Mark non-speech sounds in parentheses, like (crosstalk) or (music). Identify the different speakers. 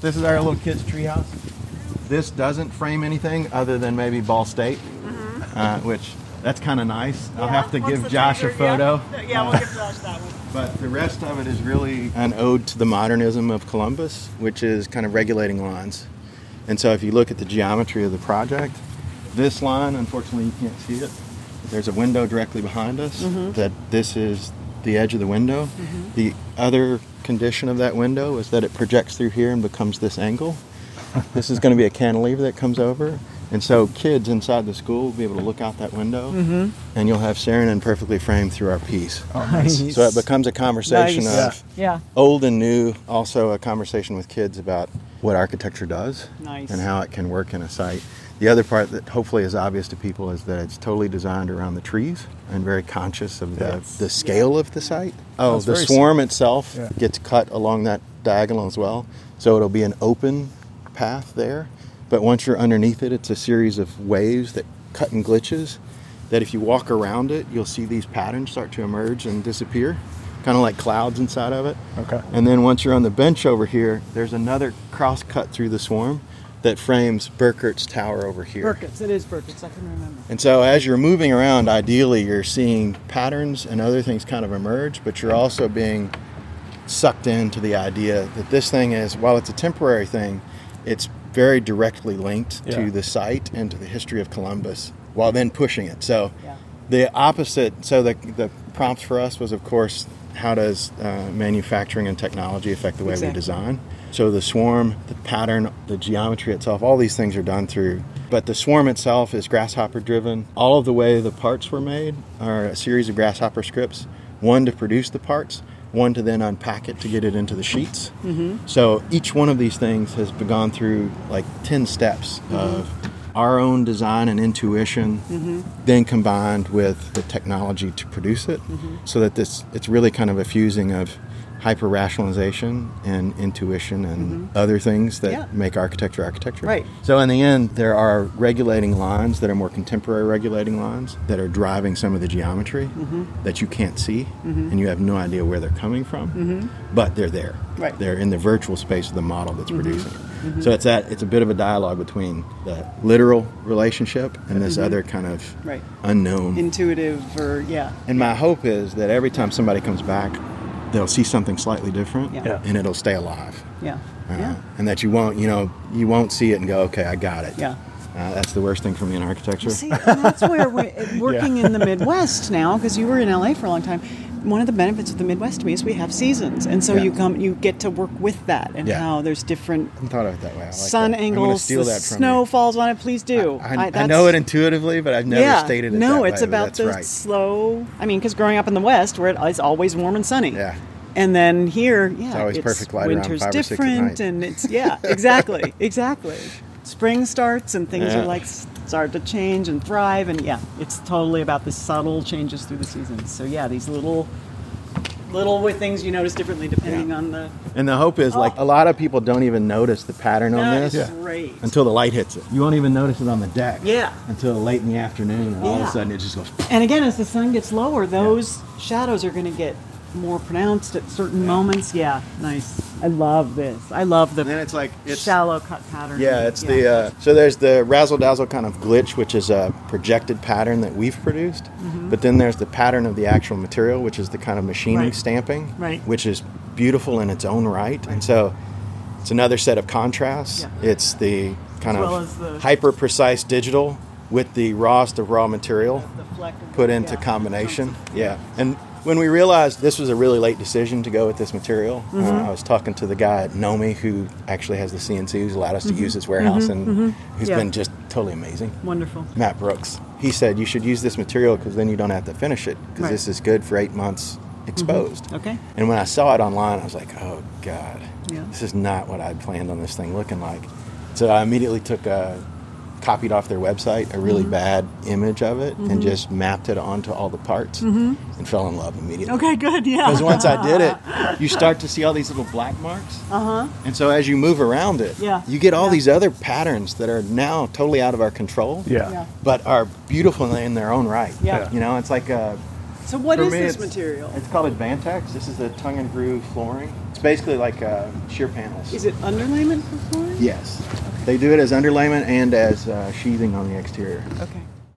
Speaker 1: This is our little kids' treehouse. This doesn't frame anything other than maybe Ball State, uh, which that's kind of nice. I'll have to
Speaker 2: Once
Speaker 1: give
Speaker 2: the
Speaker 1: Josh a
Speaker 2: trailer- yeah.
Speaker 1: photo.
Speaker 2: Yeah, we'll give Josh that one.
Speaker 1: But the rest of it is really an ode to the modernism of Columbus, which is kind of regulating lines. And so if you look at the geometry of the project, this line, unfortunately, you can't see it. There's a window directly behind us that this is the edge of the window. The other condition of that window is that it projects through here and becomes this angle. this is going to be a cantilever that comes over. And so kids inside the school will be able to look out that window and you'll have Saarinen perfectly framed through our piece.
Speaker 3: nice.
Speaker 1: So it becomes a conversation
Speaker 3: Nice.
Speaker 1: of
Speaker 2: Yeah.
Speaker 1: old and new, also a conversation with kids about what architecture does
Speaker 2: Nice.
Speaker 1: and how it can work in a site. The other part that hopefully is obvious to people is that it's totally designed around the trees and very conscious of the,
Speaker 3: That's-
Speaker 1: the scale of the site. Oh,
Speaker 3: That's
Speaker 1: the
Speaker 3: very
Speaker 1: swarm itself
Speaker 3: Yeah.
Speaker 1: gets cut along that diagonal as well. So it'll be an open path there. But once you're underneath it, it's a series of waves that cut and glitches that if you walk around it, you'll see these patterns start to emerge and disappear, kind of like clouds inside of it.
Speaker 3: Okay.
Speaker 1: And then once you're on the bench over here, there's another cross cut through the swarm that frames Burkert's tower over here.
Speaker 2: Burkett's. It is Burkett's. I can remember.
Speaker 1: And so as you're moving around, ideally you're seeing patterns and other things kind of emerge, but you're also being sucked into the idea that this thing is, while it's a temporary thing, it's very directly linked
Speaker 3: Yeah.
Speaker 1: to the site and to the history of Columbus while then pushing it. So
Speaker 2: Yeah.
Speaker 1: the opposite, so the, the prompt for us was, of course, how does uh, manufacturing and technology affect the way we
Speaker 2: Exactly.
Speaker 1: design? So the swarm, the pattern, the geometry itself, all these things are done through. But the swarm itself is grasshopper driven. All of the way the parts were made are a series of grasshopper scripts, one to produce the parts, one to then unpack it to get it into the sheets. So each one of these things has been gone through like 10 steps of our own design and intuition then combined with the technology to produce it so that this it's really kind of a fusing of hyper rationalization and intuition and other things that
Speaker 2: Mm-hmm. Yeah.
Speaker 1: make architecture architecture
Speaker 2: Right.
Speaker 1: so in the end there are regulating lines that are more contemporary regulating lines that are driving some of the geometry
Speaker 2: Mm-hmm.
Speaker 1: that you can't see and you have no idea where they're coming from but they're there
Speaker 2: Mm-hmm. Right. Mm-hmm.
Speaker 1: they're in the virtual space of the model that's producing it so it's that it's a bit of a dialogue between the literal relationship and this other kind of
Speaker 2: Mm-hmm. Right.
Speaker 1: unknown.
Speaker 2: Intuitive or yeah.
Speaker 1: and my hope is that every time somebody comes back, they'll see something slightly different,
Speaker 2: Yeah. Yeah.
Speaker 1: and it'll stay alive.
Speaker 2: Yeah.
Speaker 1: Uh,
Speaker 2: Yeah.
Speaker 1: And that you won't, you know, you won't see it and go, okay, I got it.
Speaker 2: Yeah.
Speaker 1: Uh, that's the worst thing for me in architecture.
Speaker 2: See, and that's where (laughs) we uh, working in the Midwest now, because you were in LA for a long time. One of the benefits of the Midwest to me is we have seasons, and so
Speaker 1: Yeah.
Speaker 2: you come, you get to work with that, and
Speaker 1: Yeah.
Speaker 2: how there's different
Speaker 1: I thought of it that way. I like
Speaker 2: sun
Speaker 1: that. I'm gonna
Speaker 2: angles,
Speaker 1: steal
Speaker 2: the
Speaker 1: that from
Speaker 2: snow
Speaker 1: you.
Speaker 2: falls on it. Please do.
Speaker 1: I, I,
Speaker 2: that's-
Speaker 1: know it intuitively, but I've never
Speaker 2: yeah,
Speaker 1: stated it
Speaker 2: no,
Speaker 1: that way,
Speaker 2: it's
Speaker 1: but
Speaker 2: about
Speaker 1: that's
Speaker 2: the
Speaker 1: right.
Speaker 2: slow. I mean, because growing up in the West, where it's always warm and sunny.
Speaker 1: Yeah.
Speaker 2: And then here, yeah, it's
Speaker 1: always perfect light around
Speaker 2: winter's
Speaker 1: five or six at
Speaker 2: different,
Speaker 1: night.
Speaker 2: and it's yeah,
Speaker 1: (laughs)
Speaker 2: (laughs) exactly, exactly. Spring starts, and things
Speaker 1: Yeah.
Speaker 2: are like start to change and thrive, and yeah, it's totally about the subtle changes through the seasons. So yeah, these little, little wi- things you notice differently depending
Speaker 1: Yeah.
Speaker 2: on the.
Speaker 1: And the hope is, like,
Speaker 2: Oh.
Speaker 1: a lot of people don't even notice the pattern on
Speaker 2: That
Speaker 1: this.
Speaker 2: is great.
Speaker 1: until the light hits it. You won't even notice it on the deck.
Speaker 2: Yeah.
Speaker 1: Until late in the afternoon, and all of
Speaker 2: Yeah.
Speaker 1: a sudden it just goes.
Speaker 2: And again, as the sun gets lower, those shadows are going to get more pronounced at certain moments. Yeah, nice. I love this. I love the
Speaker 1: And then it's like it's
Speaker 2: shallow cut pattern.
Speaker 1: yeah, it's the uh, so there's the razzle dazzle kind of glitch, which is a projected pattern that we've produced.
Speaker 2: Mm-hmm.
Speaker 1: But then there's the pattern of the actual material, which is the kind of machining
Speaker 2: Right.
Speaker 1: stamping,
Speaker 2: Right.
Speaker 1: which is beautiful in its own right. And so it's another set of contrasts.
Speaker 2: Yeah.
Speaker 1: It's the kind
Speaker 2: As
Speaker 1: of
Speaker 2: well as the-
Speaker 1: hyper precise digital with the rawest of raw material.
Speaker 2: The fleck of
Speaker 1: put
Speaker 2: the-
Speaker 1: into
Speaker 2: yeah.
Speaker 1: combination. Yeah. And when we realized this was a really late decision to go with this material, uh,
Speaker 2: Mm-hmm.
Speaker 1: I was talking to the guy at Nomi who actually has the CNC, who's allowed us to use his warehouse, and who's
Speaker 2: Mm-hmm. Yeah.
Speaker 1: been just totally amazing.
Speaker 2: Wonderful.
Speaker 1: Matt Brooks. He said you should use this material because then you don't have to finish it because
Speaker 2: Right. Mm-hmm.
Speaker 1: this is good for eight months exposed.
Speaker 2: Okay.
Speaker 1: And when I saw it online, I was like, oh God,
Speaker 2: Yeah.
Speaker 1: this is not what I had planned on this thing looking like. So I immediately took a, copied off their website a
Speaker 2: Mm-hmm.
Speaker 1: really bad image of it and just mapped it onto all the parts and fell in love immediately.
Speaker 2: (laughs) Mm-hmm. Okay. Good.
Speaker 1: Because
Speaker 2: Yeah.
Speaker 1: once I did
Speaker 2: (laughs)
Speaker 1: it, you start to see all these little black marks. Uh huh. And so as you move around it,
Speaker 2: Uh-huh. Yeah.
Speaker 1: you get all
Speaker 2: Yeah.
Speaker 1: these other patterns that are now totally out of our control.
Speaker 3: Yeah.
Speaker 2: Yeah.
Speaker 1: But are beautiful in their own right.
Speaker 2: Yeah.
Speaker 1: You know, it's like a
Speaker 2: So what
Speaker 1: for
Speaker 2: is
Speaker 1: me,
Speaker 2: this
Speaker 1: it's-
Speaker 2: material?
Speaker 1: It's called Advantex. This is the tongue and groove flooring. It's It's basically like uh, shear panels.
Speaker 2: Is it underlayment for flooring?
Speaker 1: Yes. They do it as underlayment and as uh, sheathing on the exterior.
Speaker 2: Okay.